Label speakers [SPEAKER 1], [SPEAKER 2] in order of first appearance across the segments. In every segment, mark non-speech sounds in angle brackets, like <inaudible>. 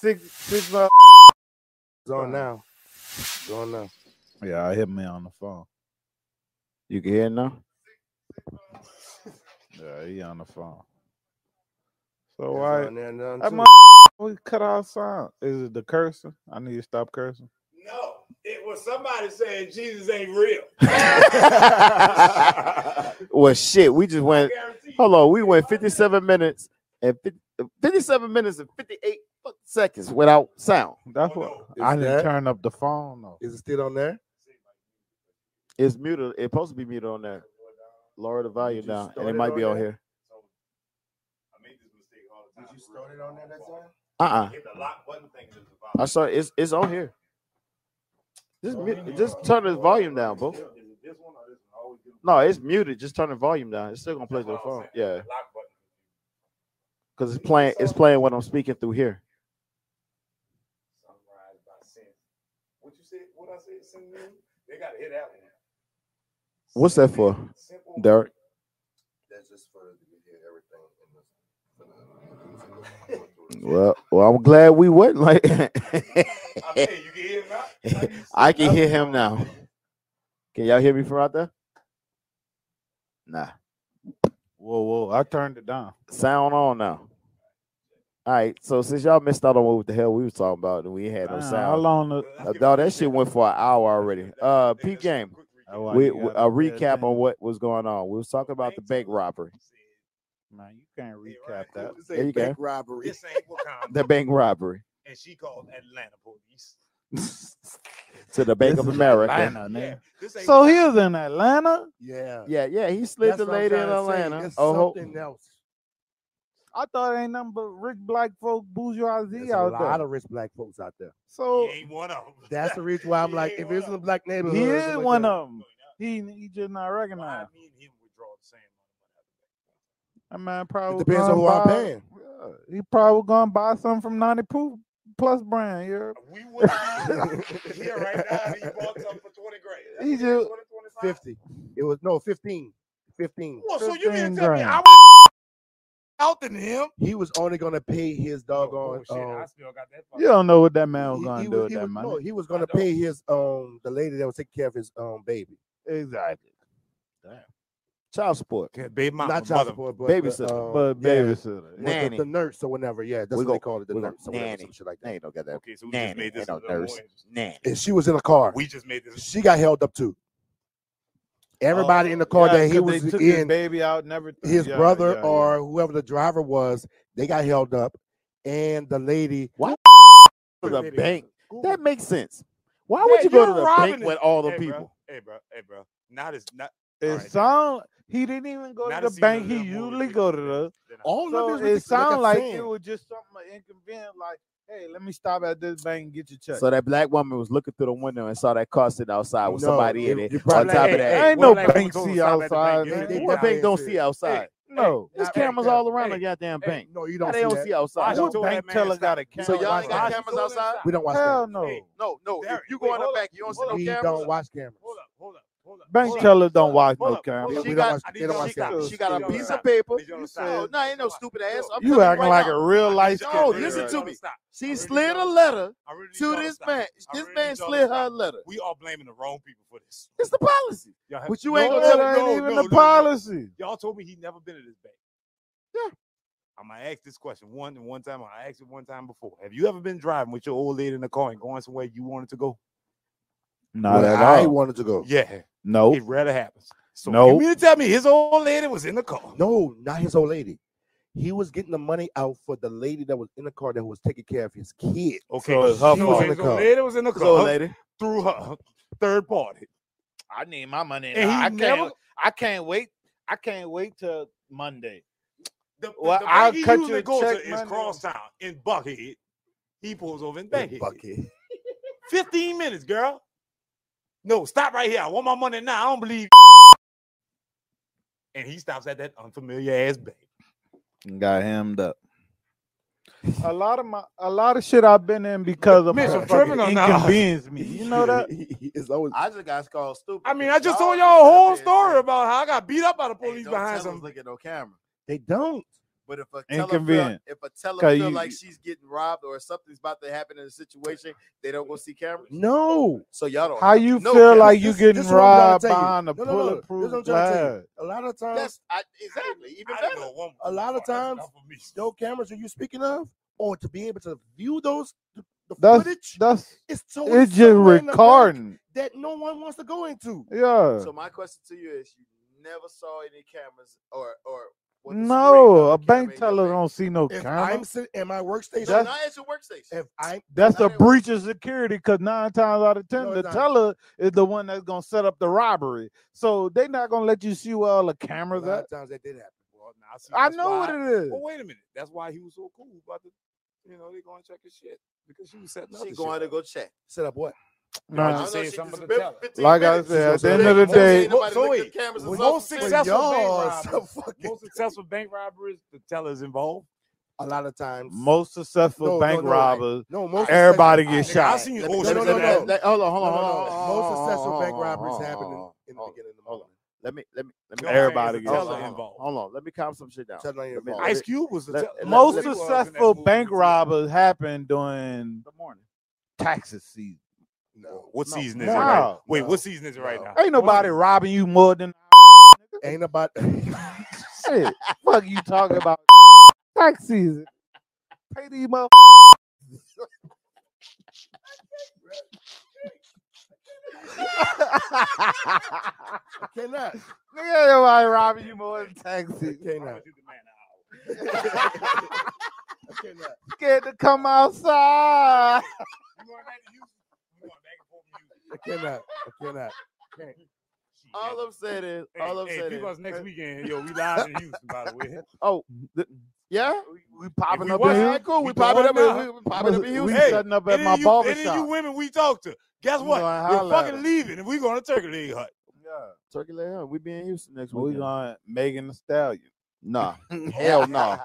[SPEAKER 1] Six six uh, is on now. It's on now.
[SPEAKER 2] Yeah, I hit me on the phone.
[SPEAKER 3] You can hear it
[SPEAKER 1] <laughs>
[SPEAKER 3] now?
[SPEAKER 2] Yeah, he on the phone.
[SPEAKER 1] It's
[SPEAKER 2] So why
[SPEAKER 1] on there now,
[SPEAKER 2] that
[SPEAKER 1] too.
[SPEAKER 2] mother we cut out sound? Is it the cursing? I need to stop cursing.
[SPEAKER 4] No, it was somebody saying Jesus
[SPEAKER 3] <laughs>
[SPEAKER 4] ain't real.
[SPEAKER 3] Well, shit, we just went.
[SPEAKER 4] Guarantee you.
[SPEAKER 3] Hold on, we went 57 minutes and 50, 57 minutes and 58 fucking seconds without sound.
[SPEAKER 2] That's
[SPEAKER 4] Oh,
[SPEAKER 2] what
[SPEAKER 4] no.
[SPEAKER 2] I
[SPEAKER 1] Is
[SPEAKER 2] didn't
[SPEAKER 1] that-
[SPEAKER 2] turn up the phone though.
[SPEAKER 1] Is it still on there?
[SPEAKER 3] It's muted. It's supposed to be muted on there. Lower the volume down, and it
[SPEAKER 1] start it
[SPEAKER 3] might be
[SPEAKER 1] on
[SPEAKER 3] on
[SPEAKER 1] there?
[SPEAKER 3] here.
[SPEAKER 4] I made this mistake all the
[SPEAKER 1] Did
[SPEAKER 4] time.
[SPEAKER 1] you start it on there that time?
[SPEAKER 3] Uh uh
[SPEAKER 4] Hit the lock button thing is the
[SPEAKER 3] I
[SPEAKER 4] volume.
[SPEAKER 3] saw it's it's on here. Just mute, just turn the volume down, bro.
[SPEAKER 4] Is it this one or this one? I always get
[SPEAKER 3] No, it's muted. Just turn the volume down. It's still gonna play through the
[SPEAKER 4] That's what I
[SPEAKER 3] phone.
[SPEAKER 4] was
[SPEAKER 3] Yeah,
[SPEAKER 4] the lock button.
[SPEAKER 3] because it's playing it's playing what I'm speaking through here.
[SPEAKER 4] Sunrise by sin. What you said? What I said? Sin mean? They gotta hit that one.
[SPEAKER 3] What's that for,
[SPEAKER 4] Simple.
[SPEAKER 3] Derek?
[SPEAKER 1] That's just for you hear everything <laughs> in this.
[SPEAKER 3] Well, well, I'm glad we went. Like <laughs>
[SPEAKER 4] I mean, you can hear it now. Like you
[SPEAKER 3] I
[SPEAKER 4] said,
[SPEAKER 3] can hear him now. Can y'all hear me from out there? Nah,
[SPEAKER 2] Whoa, whoa! I turned it down.
[SPEAKER 3] sound on now. All right, so since y'all missed out on what the hell we was talking about and we ain't had no
[SPEAKER 2] Damn,
[SPEAKER 3] sound,
[SPEAKER 2] How long? The,
[SPEAKER 3] Uh, dawg, that shit went for an hour already. Uh, P game.
[SPEAKER 2] That why
[SPEAKER 3] We,
[SPEAKER 2] you
[SPEAKER 3] we-
[SPEAKER 2] gotta
[SPEAKER 3] a
[SPEAKER 2] play it
[SPEAKER 3] recap
[SPEAKER 2] down.
[SPEAKER 3] on what was going on. We was talking about the bank robbery.
[SPEAKER 2] Man, you can't
[SPEAKER 4] Yeah,
[SPEAKER 2] recap
[SPEAKER 4] right.
[SPEAKER 2] that.
[SPEAKER 3] There you go.
[SPEAKER 1] robbery.
[SPEAKER 4] This ain't
[SPEAKER 3] <laughs>
[SPEAKER 4] Wakanda.
[SPEAKER 3] The bank robbery
[SPEAKER 4] and she called Atlanta police.
[SPEAKER 3] to the Bank
[SPEAKER 2] This
[SPEAKER 3] of
[SPEAKER 2] is
[SPEAKER 3] America.
[SPEAKER 2] Atlanta,
[SPEAKER 4] Yeah,
[SPEAKER 2] nigga.
[SPEAKER 4] this ain't
[SPEAKER 2] So
[SPEAKER 4] Wakanda.
[SPEAKER 2] he was in Atlanta.
[SPEAKER 1] Yeah.
[SPEAKER 3] Yeah, yeah, he slid
[SPEAKER 1] That's
[SPEAKER 3] the
[SPEAKER 1] what I'm
[SPEAKER 3] lady in
[SPEAKER 1] trying to say.
[SPEAKER 3] Atlanta.
[SPEAKER 1] It's
[SPEAKER 3] Oh, ho-
[SPEAKER 1] something else.
[SPEAKER 2] I thought ain't nothing but rich black folk bourgeoisie
[SPEAKER 1] There's a
[SPEAKER 2] out
[SPEAKER 1] lot
[SPEAKER 2] there.
[SPEAKER 1] of rich black folks out there.
[SPEAKER 2] So
[SPEAKER 4] He ain't one of them.
[SPEAKER 1] That's the reason why I'm like, if it's a black neighborhood,
[SPEAKER 2] he
[SPEAKER 1] or
[SPEAKER 2] is
[SPEAKER 1] something like
[SPEAKER 2] one
[SPEAKER 1] that,
[SPEAKER 2] of them. He he just not
[SPEAKER 4] Why
[SPEAKER 2] recognized.
[SPEAKER 4] me and him would draw the same
[SPEAKER 2] That man probably
[SPEAKER 1] It depends on
[SPEAKER 2] gone
[SPEAKER 1] who I'm
[SPEAKER 2] buy-
[SPEAKER 1] paying.
[SPEAKER 2] Yeah, he probably gonna buy something from 90 Proof Plus brand. Yeah,
[SPEAKER 4] We wouldn't be here right now if he bought something for 20 grand. <laughs> That's
[SPEAKER 2] He
[SPEAKER 4] what,
[SPEAKER 2] just-
[SPEAKER 4] 20, 25?
[SPEAKER 1] Fifty. It was no fifteen. Fifteen.
[SPEAKER 4] Well, so you
[SPEAKER 2] 15
[SPEAKER 4] mean to tell me
[SPEAKER 2] grand.
[SPEAKER 4] I was out than him?
[SPEAKER 1] He was only gonna pay his doggone.
[SPEAKER 4] Oh, shit, I
[SPEAKER 1] um,
[SPEAKER 4] still got that
[SPEAKER 2] you don't know what that man was
[SPEAKER 1] he,
[SPEAKER 2] gonna
[SPEAKER 1] he
[SPEAKER 2] do
[SPEAKER 1] was,
[SPEAKER 2] with
[SPEAKER 1] he
[SPEAKER 2] that
[SPEAKER 1] was-
[SPEAKER 2] money.
[SPEAKER 1] no, he was
[SPEAKER 4] I
[SPEAKER 1] gonna
[SPEAKER 4] don't.
[SPEAKER 1] pay his um the lady that was taking care of his um baby.
[SPEAKER 2] Exactly.
[SPEAKER 3] child support.
[SPEAKER 4] fucking baby mama,
[SPEAKER 1] Not child
[SPEAKER 4] mother.
[SPEAKER 1] support, but
[SPEAKER 3] Babysitter.
[SPEAKER 1] The, um,
[SPEAKER 2] But
[SPEAKER 1] yeah,
[SPEAKER 2] baby babysitter.
[SPEAKER 1] with the-
[SPEAKER 3] Nanny.
[SPEAKER 1] The, nurse or whatever. Yeah, that's
[SPEAKER 3] We
[SPEAKER 1] what
[SPEAKER 3] gon-
[SPEAKER 1] they called it. The
[SPEAKER 3] we gon-
[SPEAKER 1] nurse or whatever,
[SPEAKER 3] nanny.
[SPEAKER 1] some shit like
[SPEAKER 3] They
[SPEAKER 1] that.
[SPEAKER 3] ain't no goddamn
[SPEAKER 4] Okay, so we just
[SPEAKER 3] nanny.
[SPEAKER 4] made
[SPEAKER 3] Ain't
[SPEAKER 4] this
[SPEAKER 3] no
[SPEAKER 4] a little
[SPEAKER 3] nurse.
[SPEAKER 4] more interesting.
[SPEAKER 3] Nanny.
[SPEAKER 1] And she was in a car.
[SPEAKER 4] We just made this.
[SPEAKER 1] she got held up too. Everybody in the car that he
[SPEAKER 2] 'cause they
[SPEAKER 1] was
[SPEAKER 2] took his
[SPEAKER 1] in,
[SPEAKER 2] baby out and everything.
[SPEAKER 1] his
[SPEAKER 2] Yeah,
[SPEAKER 1] brother
[SPEAKER 2] yeah, yeah.
[SPEAKER 1] or whoever the driver was, they got held up, and the lady.
[SPEAKER 3] Why
[SPEAKER 1] Who
[SPEAKER 3] the
[SPEAKER 1] did it?
[SPEAKER 3] bank?
[SPEAKER 1] Who-
[SPEAKER 3] That makes sense. Why would
[SPEAKER 4] Yeah,
[SPEAKER 3] you go to
[SPEAKER 4] you're
[SPEAKER 3] the
[SPEAKER 4] robbing
[SPEAKER 3] bank
[SPEAKER 4] it.
[SPEAKER 3] with all the
[SPEAKER 4] hey,
[SPEAKER 3] people?
[SPEAKER 4] Bro, hey, bro. Hey, bro. Not as not.
[SPEAKER 2] It
[SPEAKER 4] All right.
[SPEAKER 2] sound he didn't even go
[SPEAKER 4] not
[SPEAKER 2] to
[SPEAKER 4] as
[SPEAKER 2] the
[SPEAKER 4] seen
[SPEAKER 2] bank.
[SPEAKER 4] in
[SPEAKER 2] He
[SPEAKER 4] the Oh, movie
[SPEAKER 2] usually
[SPEAKER 4] than-
[SPEAKER 2] go to the.
[SPEAKER 4] than I-
[SPEAKER 1] All
[SPEAKER 2] So
[SPEAKER 1] of
[SPEAKER 2] it
[SPEAKER 1] this
[SPEAKER 2] sounded like
[SPEAKER 1] it
[SPEAKER 2] it
[SPEAKER 1] was
[SPEAKER 2] was just something inconvenient. Like, hey, let me stop at this bank and get your check.
[SPEAKER 3] So that black woman was looking through the window and saw that car sitting outside with
[SPEAKER 1] No,
[SPEAKER 3] somebody in
[SPEAKER 1] you-
[SPEAKER 3] it.
[SPEAKER 1] you
[SPEAKER 3] On top
[SPEAKER 1] probably
[SPEAKER 3] of
[SPEAKER 1] like, hey,
[SPEAKER 3] that,
[SPEAKER 1] hey,
[SPEAKER 2] ain't no
[SPEAKER 4] what if I
[SPEAKER 2] bank
[SPEAKER 4] told
[SPEAKER 2] see
[SPEAKER 4] you stop at the
[SPEAKER 2] outside.
[SPEAKER 4] bank? You
[SPEAKER 2] man.
[SPEAKER 1] didn't
[SPEAKER 3] what
[SPEAKER 1] Nah,
[SPEAKER 3] bank
[SPEAKER 1] man,
[SPEAKER 3] don't
[SPEAKER 1] shit.
[SPEAKER 3] see outside?
[SPEAKER 2] No,
[SPEAKER 3] There's
[SPEAKER 1] hey,
[SPEAKER 3] cameras
[SPEAKER 1] hey,
[SPEAKER 3] all around
[SPEAKER 4] hey,
[SPEAKER 3] the goddamn
[SPEAKER 4] hey,
[SPEAKER 3] bank.
[SPEAKER 1] No, you
[SPEAKER 3] How
[SPEAKER 1] don't.
[SPEAKER 3] they
[SPEAKER 1] see
[SPEAKER 3] don't
[SPEAKER 1] that.
[SPEAKER 3] see
[SPEAKER 4] I
[SPEAKER 3] outside?
[SPEAKER 4] told
[SPEAKER 2] what
[SPEAKER 4] that
[SPEAKER 2] bank
[SPEAKER 4] man
[SPEAKER 2] teller
[SPEAKER 4] stop.
[SPEAKER 2] got a
[SPEAKER 3] You
[SPEAKER 2] camera?
[SPEAKER 3] say
[SPEAKER 1] y'all
[SPEAKER 3] y'all ain't
[SPEAKER 1] ain't
[SPEAKER 3] got
[SPEAKER 1] got
[SPEAKER 3] cameras outside?
[SPEAKER 1] We don't watch
[SPEAKER 2] Hell
[SPEAKER 1] cameras.
[SPEAKER 2] no.
[SPEAKER 4] Hey,
[SPEAKER 3] <laughs> No, no. If
[SPEAKER 4] Derek,
[SPEAKER 3] you
[SPEAKER 4] wait,
[SPEAKER 3] go in the
[SPEAKER 4] hold up,
[SPEAKER 3] back, you don't see
[SPEAKER 4] hold
[SPEAKER 3] no
[SPEAKER 4] up,
[SPEAKER 1] We
[SPEAKER 3] cameras.
[SPEAKER 1] don't watch cameras.
[SPEAKER 4] Hold up, hold up, hold up.
[SPEAKER 2] Bank
[SPEAKER 4] hold up.
[SPEAKER 2] tellers don't watch
[SPEAKER 4] Hold
[SPEAKER 2] no
[SPEAKER 4] up, hold
[SPEAKER 2] cameras.
[SPEAKER 1] Yeah,
[SPEAKER 4] up.
[SPEAKER 3] She
[SPEAKER 1] we
[SPEAKER 3] got-
[SPEAKER 1] don't watch.
[SPEAKER 4] I need
[SPEAKER 1] They don't
[SPEAKER 4] you
[SPEAKER 1] watch
[SPEAKER 4] to stop.
[SPEAKER 1] cameras.
[SPEAKER 3] She got a
[SPEAKER 4] Stop.
[SPEAKER 3] piece of paper.
[SPEAKER 4] Did you
[SPEAKER 3] You
[SPEAKER 4] understand?
[SPEAKER 3] no, no, ain't no stupid ass. I'm
[SPEAKER 2] You
[SPEAKER 3] telling
[SPEAKER 2] acting
[SPEAKER 3] right
[SPEAKER 2] like
[SPEAKER 3] now.
[SPEAKER 2] a real life.
[SPEAKER 3] No,
[SPEAKER 2] skinny
[SPEAKER 3] Oh, listen
[SPEAKER 2] right
[SPEAKER 3] to
[SPEAKER 2] now.
[SPEAKER 3] me.
[SPEAKER 4] Stop. I
[SPEAKER 3] She
[SPEAKER 4] really
[SPEAKER 3] slid a
[SPEAKER 4] don't-
[SPEAKER 3] letter
[SPEAKER 4] I really need
[SPEAKER 3] to
[SPEAKER 4] y'all
[SPEAKER 3] this
[SPEAKER 4] stop.
[SPEAKER 3] man.
[SPEAKER 4] I
[SPEAKER 3] This
[SPEAKER 4] really
[SPEAKER 3] man
[SPEAKER 4] need y'all to
[SPEAKER 3] slid her
[SPEAKER 4] stop.
[SPEAKER 3] a letter.
[SPEAKER 4] We all blaming the wrong people for this.
[SPEAKER 3] It's the policy.
[SPEAKER 4] Y'all have-
[SPEAKER 3] But you
[SPEAKER 2] You
[SPEAKER 3] ain't
[SPEAKER 2] ain't
[SPEAKER 3] gonna tell me.
[SPEAKER 4] no, no,
[SPEAKER 2] even
[SPEAKER 4] no,
[SPEAKER 2] the
[SPEAKER 4] no.
[SPEAKER 2] policy.
[SPEAKER 4] Y'all told me he never been to this bank.
[SPEAKER 3] Yeah.
[SPEAKER 4] I'm gonna ask this question one and one time. I asked it one time before. Have you ever been driving with your old lady in the car and going somewhere you wanted to go?
[SPEAKER 2] Not
[SPEAKER 1] Where I wanted to go.
[SPEAKER 4] Yeah,
[SPEAKER 2] No.
[SPEAKER 4] it rarely happens. So
[SPEAKER 2] No.
[SPEAKER 4] you mean to tell me his old lady was in the car?
[SPEAKER 1] No, not his old lady. He was getting the money out for the lady that was in the car that was taking care of his kid.
[SPEAKER 4] Okay,
[SPEAKER 2] So it's her fault.
[SPEAKER 4] she was in the car. was in the
[SPEAKER 3] So,
[SPEAKER 4] car
[SPEAKER 3] lady,
[SPEAKER 4] through her third party.
[SPEAKER 2] I need my money.
[SPEAKER 4] And he
[SPEAKER 2] I can't.
[SPEAKER 4] never-
[SPEAKER 2] I can't wait. I can't wait till Monday.
[SPEAKER 4] The, the,
[SPEAKER 2] Well,
[SPEAKER 4] the
[SPEAKER 2] I'll
[SPEAKER 4] bank he
[SPEAKER 2] cut you
[SPEAKER 4] usually
[SPEAKER 2] a
[SPEAKER 4] goes
[SPEAKER 2] check
[SPEAKER 4] to is
[SPEAKER 2] Monday.
[SPEAKER 4] Crosstown in Buckhead. He pulls over in Buckhead.
[SPEAKER 1] Bucket.
[SPEAKER 4] 15 minutes, girl. No, stop right here. I want my money now. I don't believe. And he stops at that unfamiliar ass bank.
[SPEAKER 2] Got hemmed up. A lot of my, a lot of shit I've been in because of
[SPEAKER 4] Mitchell
[SPEAKER 2] motherfucking
[SPEAKER 4] criminal now.
[SPEAKER 2] inconvenienced <laughs>
[SPEAKER 1] <laughs>
[SPEAKER 2] me. You know that.
[SPEAKER 1] it's always
[SPEAKER 3] I just got called stupid.
[SPEAKER 4] I mean, I
[SPEAKER 3] because
[SPEAKER 4] just told
[SPEAKER 3] just
[SPEAKER 4] y'all a
[SPEAKER 3] sat
[SPEAKER 4] whole
[SPEAKER 3] there and
[SPEAKER 4] story
[SPEAKER 3] said,
[SPEAKER 4] about how I got beat up by the
[SPEAKER 3] "Hey,
[SPEAKER 4] police
[SPEAKER 3] don't
[SPEAKER 4] behind
[SPEAKER 3] tell us
[SPEAKER 4] some.
[SPEAKER 3] Look at no camera.
[SPEAKER 1] they don't.
[SPEAKER 3] But if a
[SPEAKER 2] Inconvenient.
[SPEAKER 3] telephone, if a
[SPEAKER 2] Cause
[SPEAKER 3] telephone
[SPEAKER 2] you-
[SPEAKER 3] feel like she's getting robbed or something's about to happen in a situation, they don't go see cameras.
[SPEAKER 1] No,
[SPEAKER 3] So y'all don't.
[SPEAKER 2] How
[SPEAKER 3] have
[SPEAKER 2] you
[SPEAKER 3] no
[SPEAKER 2] feel
[SPEAKER 3] cameras.
[SPEAKER 2] like you
[SPEAKER 1] this-
[SPEAKER 2] getting
[SPEAKER 1] this is what I'm trying to
[SPEAKER 2] robbed
[SPEAKER 1] tell you.
[SPEAKER 2] behind
[SPEAKER 1] No,
[SPEAKER 2] a
[SPEAKER 1] no, no, this is
[SPEAKER 2] bulletproof
[SPEAKER 1] what I'm trying to tell you.
[SPEAKER 2] glass?
[SPEAKER 1] a lot of times
[SPEAKER 3] That's I, exactly even
[SPEAKER 4] I
[SPEAKER 3] better.
[SPEAKER 4] didn't know woman
[SPEAKER 1] A lot of
[SPEAKER 4] was smart. That's
[SPEAKER 1] times,
[SPEAKER 4] enough for me.
[SPEAKER 1] those cameras that you're speaking of, or to be able to view those the, the
[SPEAKER 2] That's-
[SPEAKER 1] footage,
[SPEAKER 2] That's
[SPEAKER 1] it's so
[SPEAKER 2] it's just
[SPEAKER 1] somewhere in the back
[SPEAKER 2] recording.
[SPEAKER 1] that no one wants to go into.
[SPEAKER 2] Yeah.
[SPEAKER 3] So my question to you is: You never saw any cameras or or was the screen
[SPEAKER 2] No,
[SPEAKER 3] on
[SPEAKER 2] a bank
[SPEAKER 3] camera in your
[SPEAKER 2] teller
[SPEAKER 3] bank?
[SPEAKER 2] don't see no
[SPEAKER 1] If
[SPEAKER 2] camera.
[SPEAKER 1] I'm sitting at my workstation,
[SPEAKER 3] No,
[SPEAKER 2] That's-
[SPEAKER 3] not at your workstation.
[SPEAKER 1] if I
[SPEAKER 2] That's a
[SPEAKER 3] Not at-
[SPEAKER 2] breach of security because nine times out of ten,
[SPEAKER 1] No,
[SPEAKER 2] the
[SPEAKER 1] it's not.
[SPEAKER 2] teller is the one that's gonna set up the robbery. So they're not gonna let you see where all the cameras
[SPEAKER 1] a lot
[SPEAKER 2] at.
[SPEAKER 1] of times that did happen.
[SPEAKER 4] Well, now, see,
[SPEAKER 2] I
[SPEAKER 4] that's
[SPEAKER 2] know
[SPEAKER 4] why- Oh,
[SPEAKER 2] what it is.
[SPEAKER 4] But wait a minute. That's why he was so cool about the, you know, they going to check his shit because she was setting up.
[SPEAKER 3] She
[SPEAKER 4] the
[SPEAKER 3] going
[SPEAKER 4] shit.
[SPEAKER 3] to go check.
[SPEAKER 1] Set up what?
[SPEAKER 4] I
[SPEAKER 2] Nah.
[SPEAKER 4] just said
[SPEAKER 3] she-
[SPEAKER 4] something
[SPEAKER 3] it's
[SPEAKER 4] to
[SPEAKER 3] been
[SPEAKER 4] tell her.
[SPEAKER 3] 15
[SPEAKER 2] Like I
[SPEAKER 3] minutes.
[SPEAKER 2] said, at
[SPEAKER 3] So
[SPEAKER 2] the end
[SPEAKER 3] they-
[SPEAKER 2] of the
[SPEAKER 3] they say
[SPEAKER 2] day,
[SPEAKER 1] Well,
[SPEAKER 3] nobody
[SPEAKER 1] so
[SPEAKER 3] looked at
[SPEAKER 1] wait,
[SPEAKER 3] cameras and
[SPEAKER 1] when
[SPEAKER 3] saw the
[SPEAKER 1] y'all Well,
[SPEAKER 4] Well,
[SPEAKER 3] thing.
[SPEAKER 1] successful
[SPEAKER 4] y'all
[SPEAKER 1] bank <laughs>
[SPEAKER 4] are
[SPEAKER 1] robbers.
[SPEAKER 4] so fucking- most successful bank robberies, the teller's involved.
[SPEAKER 1] A lot of times,
[SPEAKER 2] most successful
[SPEAKER 1] No, no,
[SPEAKER 2] bank
[SPEAKER 1] no, I-
[SPEAKER 2] robbers,
[SPEAKER 1] no, most
[SPEAKER 2] everybody
[SPEAKER 1] successful-
[SPEAKER 2] gets
[SPEAKER 4] Nigga, I
[SPEAKER 2] shot.
[SPEAKER 4] seen you.
[SPEAKER 3] Let me-
[SPEAKER 4] Oh,
[SPEAKER 1] No,
[SPEAKER 4] shit,
[SPEAKER 1] no,
[SPEAKER 4] that
[SPEAKER 1] no, no.
[SPEAKER 4] happened.
[SPEAKER 3] let- Hold on, hold on,
[SPEAKER 1] No, no,
[SPEAKER 3] hold on.
[SPEAKER 1] no. Most successful
[SPEAKER 3] hold
[SPEAKER 1] bank
[SPEAKER 3] on,
[SPEAKER 1] robberies
[SPEAKER 3] hold on,
[SPEAKER 1] happen in,
[SPEAKER 3] hold
[SPEAKER 1] in the
[SPEAKER 3] on.
[SPEAKER 1] beginning of the
[SPEAKER 3] Oh, Hold on.
[SPEAKER 1] morning.
[SPEAKER 3] Let me, let me, let me.
[SPEAKER 4] Don't say it's
[SPEAKER 2] Everybody
[SPEAKER 4] a
[SPEAKER 2] gets
[SPEAKER 3] Hold on,
[SPEAKER 4] teller
[SPEAKER 3] hold on,
[SPEAKER 4] involved.
[SPEAKER 3] hold on. Let me calm some shit down.
[SPEAKER 1] Tell them you're
[SPEAKER 3] Let me-
[SPEAKER 1] involved.
[SPEAKER 4] Ice Cube was the
[SPEAKER 3] Let-
[SPEAKER 4] teller.
[SPEAKER 3] let-
[SPEAKER 2] Most
[SPEAKER 3] let-
[SPEAKER 2] successful bank robbers happen during
[SPEAKER 3] Good morning.
[SPEAKER 2] taxes season.
[SPEAKER 1] No.
[SPEAKER 4] What
[SPEAKER 3] No.
[SPEAKER 4] season is it?
[SPEAKER 2] No.
[SPEAKER 4] Right? now? Wait,
[SPEAKER 1] No.
[SPEAKER 4] what season is it right
[SPEAKER 1] No.
[SPEAKER 4] now?
[SPEAKER 2] Ain't nobody
[SPEAKER 4] What
[SPEAKER 2] robbing you more than
[SPEAKER 1] Ain't about <laughs>
[SPEAKER 2] shit. Fuck you talking <laughs> about tax season. Pay these mother.
[SPEAKER 1] I cannot.
[SPEAKER 2] Nigga, ain't nobody robbing you more than tax
[SPEAKER 1] I
[SPEAKER 2] season.
[SPEAKER 1] cannot.
[SPEAKER 4] season?
[SPEAKER 1] I cannot.
[SPEAKER 2] Scared to come outside.
[SPEAKER 4] You going back to Houston? You going back and forth from Houston?
[SPEAKER 1] I cannot. I cannot.
[SPEAKER 4] Shit.
[SPEAKER 3] <laughs> All I'm saying is,
[SPEAKER 4] Hey,
[SPEAKER 3] all I'm
[SPEAKER 4] hey,
[SPEAKER 3] saying
[SPEAKER 4] people
[SPEAKER 3] is, uh,
[SPEAKER 4] us next weekend. Yo, we live in Houston, by
[SPEAKER 2] <laughs>
[SPEAKER 4] the way.
[SPEAKER 3] yeah,
[SPEAKER 2] We
[SPEAKER 4] If
[SPEAKER 2] popping
[SPEAKER 4] we
[SPEAKER 2] up
[SPEAKER 4] was-
[SPEAKER 2] in
[SPEAKER 3] all
[SPEAKER 2] here.
[SPEAKER 3] right, cool.
[SPEAKER 4] we
[SPEAKER 3] We popping up,
[SPEAKER 4] going
[SPEAKER 3] in-
[SPEAKER 4] now.
[SPEAKER 3] we we popping up in
[SPEAKER 2] We
[SPEAKER 3] Houston.
[SPEAKER 4] Hey,
[SPEAKER 2] setting up at
[SPEAKER 4] Any
[SPEAKER 2] my
[SPEAKER 4] of you,
[SPEAKER 2] barber
[SPEAKER 4] any of you
[SPEAKER 2] shop.
[SPEAKER 4] women we talk to, guess
[SPEAKER 2] We
[SPEAKER 4] what?
[SPEAKER 2] gonna
[SPEAKER 4] You're
[SPEAKER 2] holler at
[SPEAKER 4] fucking
[SPEAKER 2] 'em.
[SPEAKER 4] leaving, and we going to Turkey Leg Hut.
[SPEAKER 3] Turkey Leg Hunt. We be in Houston next
[SPEAKER 2] We
[SPEAKER 3] week.
[SPEAKER 2] going Megan the <laughs> Stallion.
[SPEAKER 3] Nah, hell no.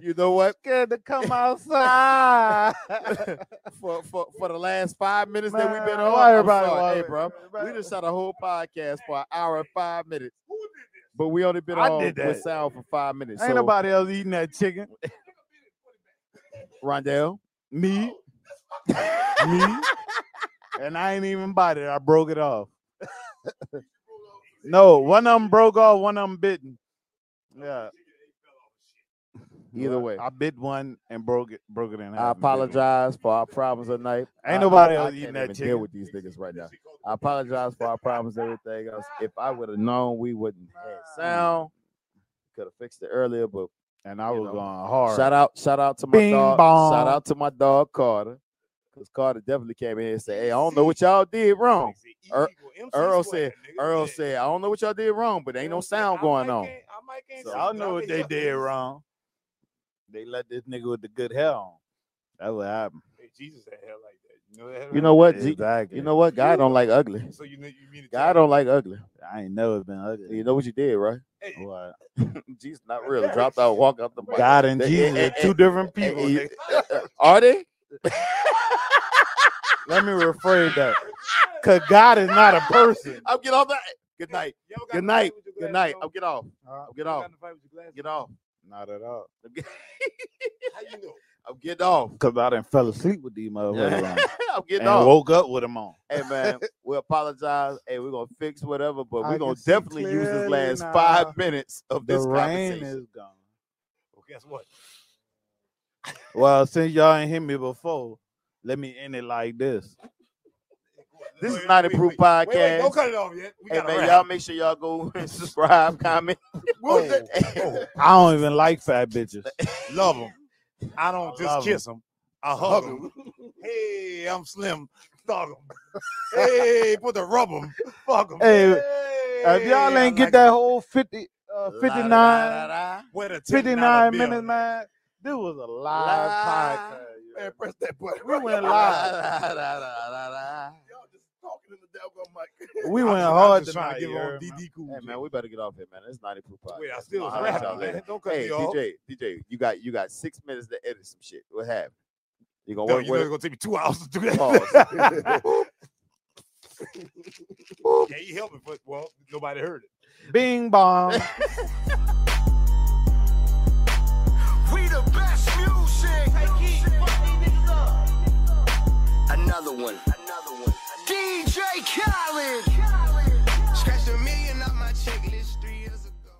[SPEAKER 3] You know what?
[SPEAKER 2] Scared to come outside. <laughs>
[SPEAKER 3] for, for for the last five minutes that we've been
[SPEAKER 2] Man,
[SPEAKER 3] on,
[SPEAKER 2] why
[SPEAKER 3] I'm
[SPEAKER 2] everybody
[SPEAKER 3] sorry.
[SPEAKER 2] worry-
[SPEAKER 3] Hey, bro, we
[SPEAKER 2] everybody-
[SPEAKER 3] just had a whole podcast for an hour and five minutes,
[SPEAKER 4] Who did this?
[SPEAKER 3] but we only been
[SPEAKER 2] I
[SPEAKER 3] on
[SPEAKER 2] did
[SPEAKER 3] with
[SPEAKER 2] that.
[SPEAKER 3] sound for five minutes.
[SPEAKER 2] Ain't
[SPEAKER 3] so,
[SPEAKER 2] nobody else eating that <laughs> chicken.
[SPEAKER 3] Rondell,
[SPEAKER 2] Me, <laughs> me, and I ain't even bite it. I broke it off. no, one of them broke off, one of them bitten. Yeah.
[SPEAKER 3] either way, I,
[SPEAKER 2] I bit one and broke it, broke it in half. and bit one.
[SPEAKER 3] apologize for our problems at night. I-
[SPEAKER 2] Ain't nobody
[SPEAKER 3] I
[SPEAKER 2] else
[SPEAKER 3] can't
[SPEAKER 2] eating
[SPEAKER 3] even
[SPEAKER 2] that
[SPEAKER 3] Deal
[SPEAKER 2] chicken.
[SPEAKER 3] with these niggas right now. I apologize for our problems and everything else. If I would have known, we wouldn't
[SPEAKER 2] Mm.
[SPEAKER 3] have sound. Could have fixed it earlier, but
[SPEAKER 2] And I
[SPEAKER 3] you
[SPEAKER 2] was
[SPEAKER 3] know.
[SPEAKER 2] going hard.
[SPEAKER 3] Shout out, shout out to my
[SPEAKER 2] Bing
[SPEAKER 3] dog.
[SPEAKER 2] bong.
[SPEAKER 3] Shout out to my dog Carter. Because Carter definitely came in here and said, Hey, I don't know what y'all did wrong.
[SPEAKER 2] Er,
[SPEAKER 3] Earl- Earl said- Earl said, I don't know what y'all did wrong, but ain't no sound going on. So,
[SPEAKER 2] I don't know what they did wrong. They let this nigga with the good hair on. That's what happened.
[SPEAKER 4] Hey, Jesus had hair like that. You know that?
[SPEAKER 3] You know what? G-
[SPEAKER 2] Exactly.
[SPEAKER 3] You know what? God don't like ugly.
[SPEAKER 4] So you know you mean to
[SPEAKER 3] God
[SPEAKER 4] tell
[SPEAKER 3] don't like ugly.
[SPEAKER 2] I ain't never been ugly.
[SPEAKER 3] You know what you did, right?
[SPEAKER 4] me- Hey,
[SPEAKER 2] What?
[SPEAKER 3] Jesus, not really. Dropped out, walked out the mic. <laughs>
[SPEAKER 2] God and
[SPEAKER 3] They-
[SPEAKER 2] Jesus,
[SPEAKER 3] eh,
[SPEAKER 2] are
[SPEAKER 3] eh,
[SPEAKER 2] two different
[SPEAKER 3] eh,
[SPEAKER 2] people.
[SPEAKER 3] eh, Are they?
[SPEAKER 2] Let me rephrase <laughs> that. Cause God is not a <laughs> person.
[SPEAKER 3] I'll get off that. Good night.
[SPEAKER 4] y'all got
[SPEAKER 3] Good
[SPEAKER 4] in a
[SPEAKER 3] night.
[SPEAKER 4] fight with your
[SPEAKER 3] Good
[SPEAKER 4] glass
[SPEAKER 3] night.
[SPEAKER 4] on?
[SPEAKER 3] I'll get off.
[SPEAKER 2] Uh,
[SPEAKER 3] I'll get
[SPEAKER 4] Y'all
[SPEAKER 3] off.
[SPEAKER 4] got in a fight with your glass
[SPEAKER 3] Get off.
[SPEAKER 2] Not at all.
[SPEAKER 4] on? How you know?
[SPEAKER 3] I'm getting off. <laughs>
[SPEAKER 2] Cause I done fell asleep with these motherfuckers on. <laughs>
[SPEAKER 3] I'm
[SPEAKER 2] And
[SPEAKER 3] getting off.
[SPEAKER 2] woke up with them on.
[SPEAKER 3] hey man, we apologize. Hey, we're gonna fix whatever, but
[SPEAKER 2] I
[SPEAKER 3] we're gonna
[SPEAKER 2] can see
[SPEAKER 3] definitely use this
[SPEAKER 2] clearly
[SPEAKER 3] last
[SPEAKER 2] now.
[SPEAKER 3] five minutes of
[SPEAKER 2] The
[SPEAKER 3] this
[SPEAKER 2] rain
[SPEAKER 3] conversation.
[SPEAKER 2] is gone.
[SPEAKER 4] Well, guess what?
[SPEAKER 2] Well, since y'all ain't hit me before, let me end it like this.
[SPEAKER 3] This
[SPEAKER 4] Wait,
[SPEAKER 3] is not
[SPEAKER 4] wait,
[SPEAKER 3] improved
[SPEAKER 4] wait, wait, wait,
[SPEAKER 3] podcast.
[SPEAKER 4] Don't cut it off yet. We
[SPEAKER 3] Hey
[SPEAKER 4] got
[SPEAKER 3] man, y'all make sure y'all go <laughs> and subscribe, comment.
[SPEAKER 4] What
[SPEAKER 3] <laughs>
[SPEAKER 4] was
[SPEAKER 3] Oh,
[SPEAKER 4] that?
[SPEAKER 2] I don't even like fat <laughs> bitches.
[SPEAKER 4] love them. I don't
[SPEAKER 2] I
[SPEAKER 4] just
[SPEAKER 2] love 'em.
[SPEAKER 4] kiss them. I hug them. hey, I'm slim. Dog them. hey, put the rub them. Fuck them.
[SPEAKER 2] Hey, if
[SPEAKER 4] Hey,
[SPEAKER 2] y'all
[SPEAKER 4] I
[SPEAKER 2] ain't get
[SPEAKER 4] like
[SPEAKER 2] that
[SPEAKER 4] 'em.
[SPEAKER 2] whole 50, uh, 59,
[SPEAKER 4] Where the $10
[SPEAKER 2] 59
[SPEAKER 4] bill
[SPEAKER 2] minutes,
[SPEAKER 4] at?
[SPEAKER 2] man, this was a live
[SPEAKER 3] Live.
[SPEAKER 2] podcast.
[SPEAKER 4] <laughs>
[SPEAKER 1] Man, press that button.
[SPEAKER 2] We
[SPEAKER 3] <laughs>
[SPEAKER 2] went live.
[SPEAKER 3] La-da-da-da-da-da.
[SPEAKER 1] Y'all just talking in the doggone mic.
[SPEAKER 2] We
[SPEAKER 4] I'm
[SPEAKER 2] went
[SPEAKER 4] just- I'm
[SPEAKER 2] hard
[SPEAKER 4] just trying
[SPEAKER 2] tonight.
[SPEAKER 4] to give
[SPEAKER 2] you
[SPEAKER 4] on
[SPEAKER 2] heard me?
[SPEAKER 4] DD Cool.
[SPEAKER 3] Hey
[SPEAKER 4] J.
[SPEAKER 3] man, we better get off here, man. It's not improved podcast.
[SPEAKER 4] Wait, I still
[SPEAKER 3] I'll holler
[SPEAKER 4] was
[SPEAKER 3] at y'all
[SPEAKER 4] rapping, man.
[SPEAKER 3] later.
[SPEAKER 4] Don't cut
[SPEAKER 3] Hey
[SPEAKER 4] me off.
[SPEAKER 3] DJ, DJ, you got you got six minutes to edit some shit. What happened? You're gonna
[SPEAKER 4] No,
[SPEAKER 3] work
[SPEAKER 4] you know
[SPEAKER 3] with
[SPEAKER 4] it's gonna take me two hours to do that. <laughs>
[SPEAKER 3] Pause. <laughs> Oh.
[SPEAKER 4] yeah, you helped me, but well, nobody heard it.
[SPEAKER 3] it. Bing bong.
[SPEAKER 5] We the best music. Another one. Another one. DJ Khaled.